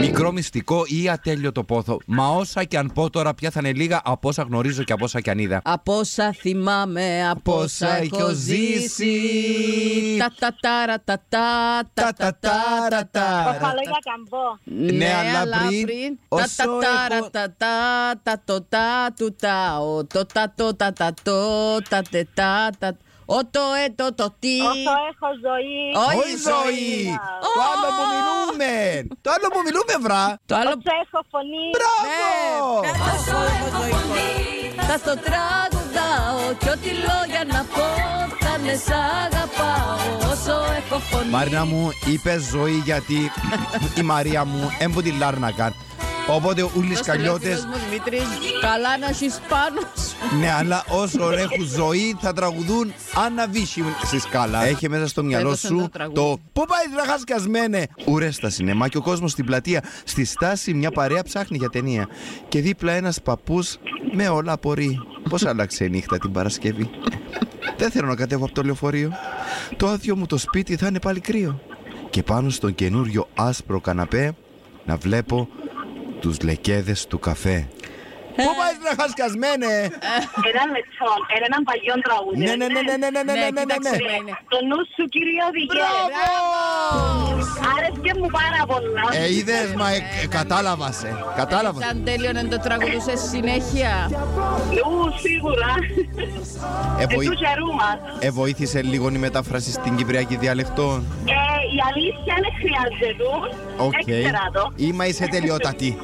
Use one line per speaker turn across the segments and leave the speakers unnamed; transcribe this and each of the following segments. Μικρό μυστικό ή ατέλειωτο πόθο. Μα όσα και αν πω τώρα πια θα είναι λίγα από όσα γνωρίζω και από όσα και αν είδα.
Από όσα θυμάμαι, από όσα έχω ζήσει. Τα τα τάρα τα τα τα τα τα τα
Καλό για καμπό.
Ναι,
Ναι,
αλλά
αλλά
πριν,
πριν. Τα
όσο
τα
έχω-
τάρα τα τα τα το τα του τα ο το τα το τα τα το τα τε τα τα ο το ε το το ε. τι.
Όσο έχω ζωή.
Όχι
Όχι ζωή!
ζωή.
Το άλλο που μιλούμε! Το άλλο που μιλούμε, βρά!
Το ε, άλλο
Όσο έχω φωνή.
Ναι,
Μπράβο!
Θα το τραγουδάω κι ό,τι λόγια να πω θα με σ' αγαπάω όσο έχω φωνή.
Μαρίνα μου, είπες ζωή γιατί η Μαρία μου έμπου τη λάρνακα. Οπότε ούλοι
Δώστε λέει ο φίλος
σκαλιώτες,
μου Δημήτρης, καλά να έχεις πάνω σου.
ναι, αλλά όσο έχουν ζωή θα τραγουδούν αναβίσιμ στη σκάλα. Έχει μέσα στο μυαλό
Έδωσε
σου
το τραγούδι.
το Πού πάει τραχάσκασμένε! Ουρέ στα σινεμά και ο κόσμος στην πλατεία. Στη στάση μια παρέα ψάχνει για ταινία. Και δίπλα ένας παππούς με όλα απορεί. Πώς άλλαξε η νύχτα την Παρασκευή. Δεν θέλω να κατέβω από το λεωφορείο. Το άδειο μου το σπίτι θα είναι πάλι κρύο. Και πάνω στον καινούριο άσπρο καναπέ να βλέπω τους λεκέδες του καφέ. Πού πάει τραχάσκασμένε!
Έναν μετσόν, έναν παλιό τραγούδι.
Ναι, ναι, ναι, ναι, ναι, ναι, ναι, ναι, ναι, ναι.
Ναι, είναι.
Το νου σου κυρία οδηγέ.
Μπράβο!
Άρεσκε μου πάρα πολλά.
Ε, είδες, μα ε, ε, κατάλαβας, ε, κατάλαβας.
Σαν τέλειο να το τραγουδούσες συνέχεια.
Ου, σίγουρα.
Ε,
Ε,
βοη-
Του χερού μας.
ε, βοήθησε λίγο η μετάφραση στην Κυπριακή διαλεκτό.
Ε, Η αλήθεια είναι χρειάζεται.
Οκ.
Έξερα το.
Είμα είσαι τελειότατη.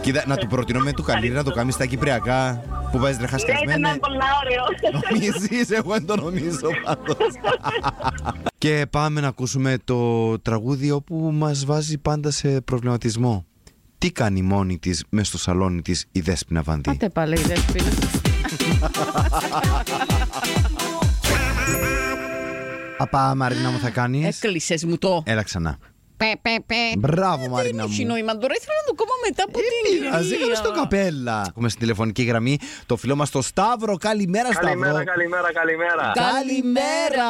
Κοίτα, να του προτείνω με του καλή να το κάνεις στα Κυπριακά. Που βάζεις
Ναι,
τρεχασκασμένε.
ήταν πολλά ωραίο.
Νομίζεις, εγώ δεν το νομίζω πάντως. Και πάμε να ακούσουμε το τραγούδι που μας βάζει πάντα σε προβληματισμό. Τι κάνει μόνη της μες στο σαλόνι της η Δέσποινα Βανδύ.
Πάτε πάλι, δεν φίλε.
Απά Μαρίνα μου θα κάνεις.
Έκλεισες μου το.
Έλα ξανά.
Πε, πε, πε.
Μπράβο,
Δεν
Μαρίνα
έχει
Ε, μου.
νόημα τώρα, ήθελα να το κόμμα μετά από την
Πειράζει,
κυρία.
είχαμε στο καπέλα. Έχουμε στην τηλεφωνική γραμμή το φιλό μας το Σταύρο. Καλημέρα, Σταύρο.
Καλημέρα, καλημέρα, καλημέρα.
Καλημέρα.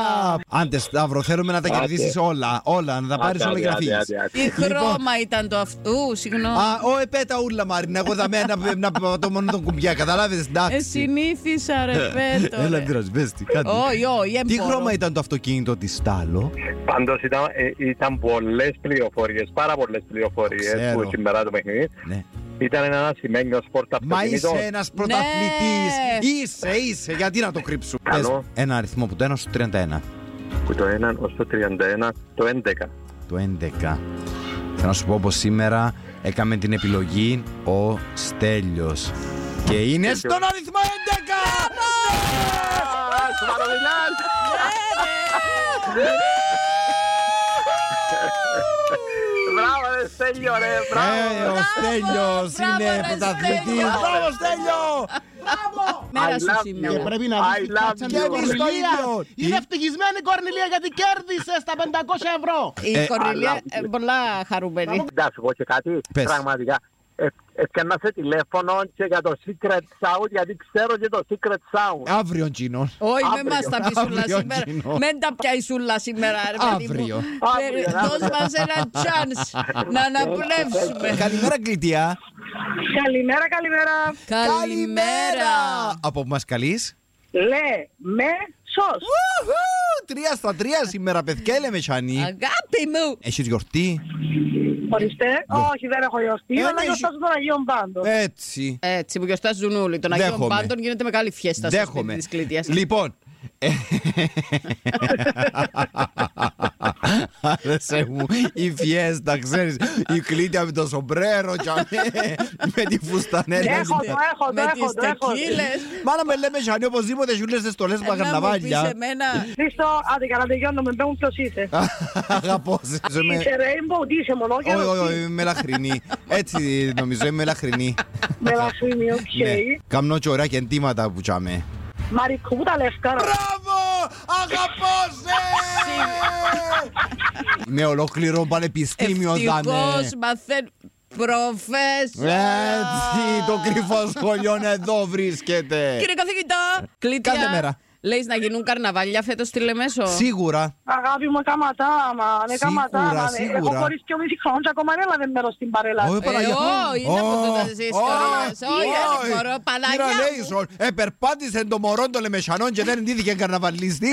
Άντε, Σταύρο, θέλουμε να τα
Άντε.
κερδίσεις όλα. Όλα, να τα πάρεις όλα και να φύγει.
Τι χρώμα ήταν το αυτού, συγγνώμη.
Λοιπόν. Α, ο επέτα ούλα Μαρίνα, εγώ θα μένα να, να πατώ μόνο τον κουμπιά, καταλάβετε,
Ε,
εντάξει.
συνήθισα ρε πέτω.
Ε, Έλα, μην πειράζει, πες τι, κάτι.
Όχι, όχι,
Τι χρώμα ήταν το αυτοκίνητο τη Στάλο,
Πάντως ήταν, ε, ήταν πολλές πληροφορίες, πάρα πολλές πληροφορίες
Ξέρω.
που συμπερά το παιχνίδι.
ναι.
Ήταν ένας σημαίνιος σπορτ
Μα είσαι
αυτοκινήτων.
ένα
Ναι.
πρωταθλητή. Είσαι, είσαι, γιατί να το κρύψουν. Πες
Καλό.
ένα αριθμό από το 1 στο 31.
Που το 1 ως το 31, το 11.
το 11. Θέλω να σου πω πως σήμερα έκαμε την επιλογή ο Στέλιος. Και είναι στον αριθμό 11!
Ε, ναι.
Μπράβο, ρε Στέλιο, ρε, μπράβο.
Ε, ο Στέλιος
Μπράβο,
είναι
ρε,
πρωταθλητής.
Στέλιο.
Μπράβο Στέλιο!
Μέρα
I
σου
ε,
love
σήμερα.
you.
Πρέπει να
I
δεις
love
κάτσε
you.
να δεις
Κέρδισε
το
το
ίδιο.
ίδιο.
Είναι ευτυχισμένη η Κορνηλία γιατί κέρδισε στα 500 ευρώ.
Η
Ε,
Κορνιλία,
αλλά-
ε, πολλά χαρούμενη.
Να σου πω και κάτι,
Πες.
πραγματικά. Ε, Έπιανα σε τηλέφωνο και για το Secret Sound, γιατί ξέρω και το Secret Sound.
Αύριον Τζίνο.
Όχι, με
Αύριο.
μας τα πει σούλα
Αύριο,
σήμερα.
Τζίνο.
Μεν τα πιάει σούλα σήμερα, ρε παιδί μου.
Αύριο.
Περι-
Αύριο,
Δώσ' μας ένα τσάνς να αναπνεύσουμε.
Καλημέρα, Κλητία.
Καλημέρα, καλημέρα.
Καλημέρα.
Από που μας καλείς.
Λε, με, σως.
Ουφου, Τρία στα τρία σήμερα, παιδιά, λέμε Σανή.
Αγάπη μου.
Έχεις γιορτή.
Ορίστε. Όχι, δεν έχω γιορτή,
Ε,
αλλά
ναι, Ε.
γιορτάζω τον Αγίον Πάντο.
Έτσι.
Έτσι που γιορτάζουν όλοι. Των Αγίων
Δέχομαι.
Πάντων γίνεται μεγάλη φιέστα στο σπίτι
Δέχομαι.
της Κλήτειας.
Λοιπόν. ε, Άρεσε μου η φιέστα, ξέρεις Η κλήτια με το σομπρέρο κι αμέ, Με τη φουστανέλα
Έχω, το έχω, το
Με
έχω,
τις
το έχω.
τεκίλες.
Μάνα με λέμε Σανή οπωσδήποτε σου λες στολές
Ε, Να μου πεις
μαγαρναβάλια
εμένα.
Χρήστο, άντε καλά τελειώνω, με μου ποιος είσαι.
Αγαπώ σε σε με
Είσαι ρε, είμαι ότι είσαι
Όχι,
μονόγερος.
όχι, όχι, είμαι λαχρινή Έτσι νομίζω είμαι λαχρινή
Με λαχνίμι, οκ.
Ναι. Κάμνω και ωραία και εντύματα που τσάμε
Μαρικού, που τα λευκά. ρε.
Μπράβο! Αγαπώ σε! Με ολόκληρο πανεπιστήμιο δάμε.
Ευτυχώς μαθαίνω. Προφέσορα.
Έτσι, το κρυφό σχολείο εδώ βρίσκεται.
Κύριε καθηγητά. κλήτια.
Κάθε μέρα.
Λες να γίνουν καρναβάλια φέτος στη Λεμέσο.
Σίγουρα.
Αγάπη μου, καματά, μα, ναι,
Σίγουρα,
καματά, μα, ναι.
σίγουρα.
Έχω χωρίς και μισή χρόνο και ακόμα έλαβε μέρος στην παρέλαση.
Όχι, ε, Παναγιά.
όχι, Ε, είναι από το
Ω,
τα ζήστορες.
ω,
Όχι, δεν
όχι.
μπορώ, Παναγιά
Κύρα
μου.
Λέισον, επερπάτησε το μωρό των λεμεσανών και δεν εντύθηκε καρναβαλιστή.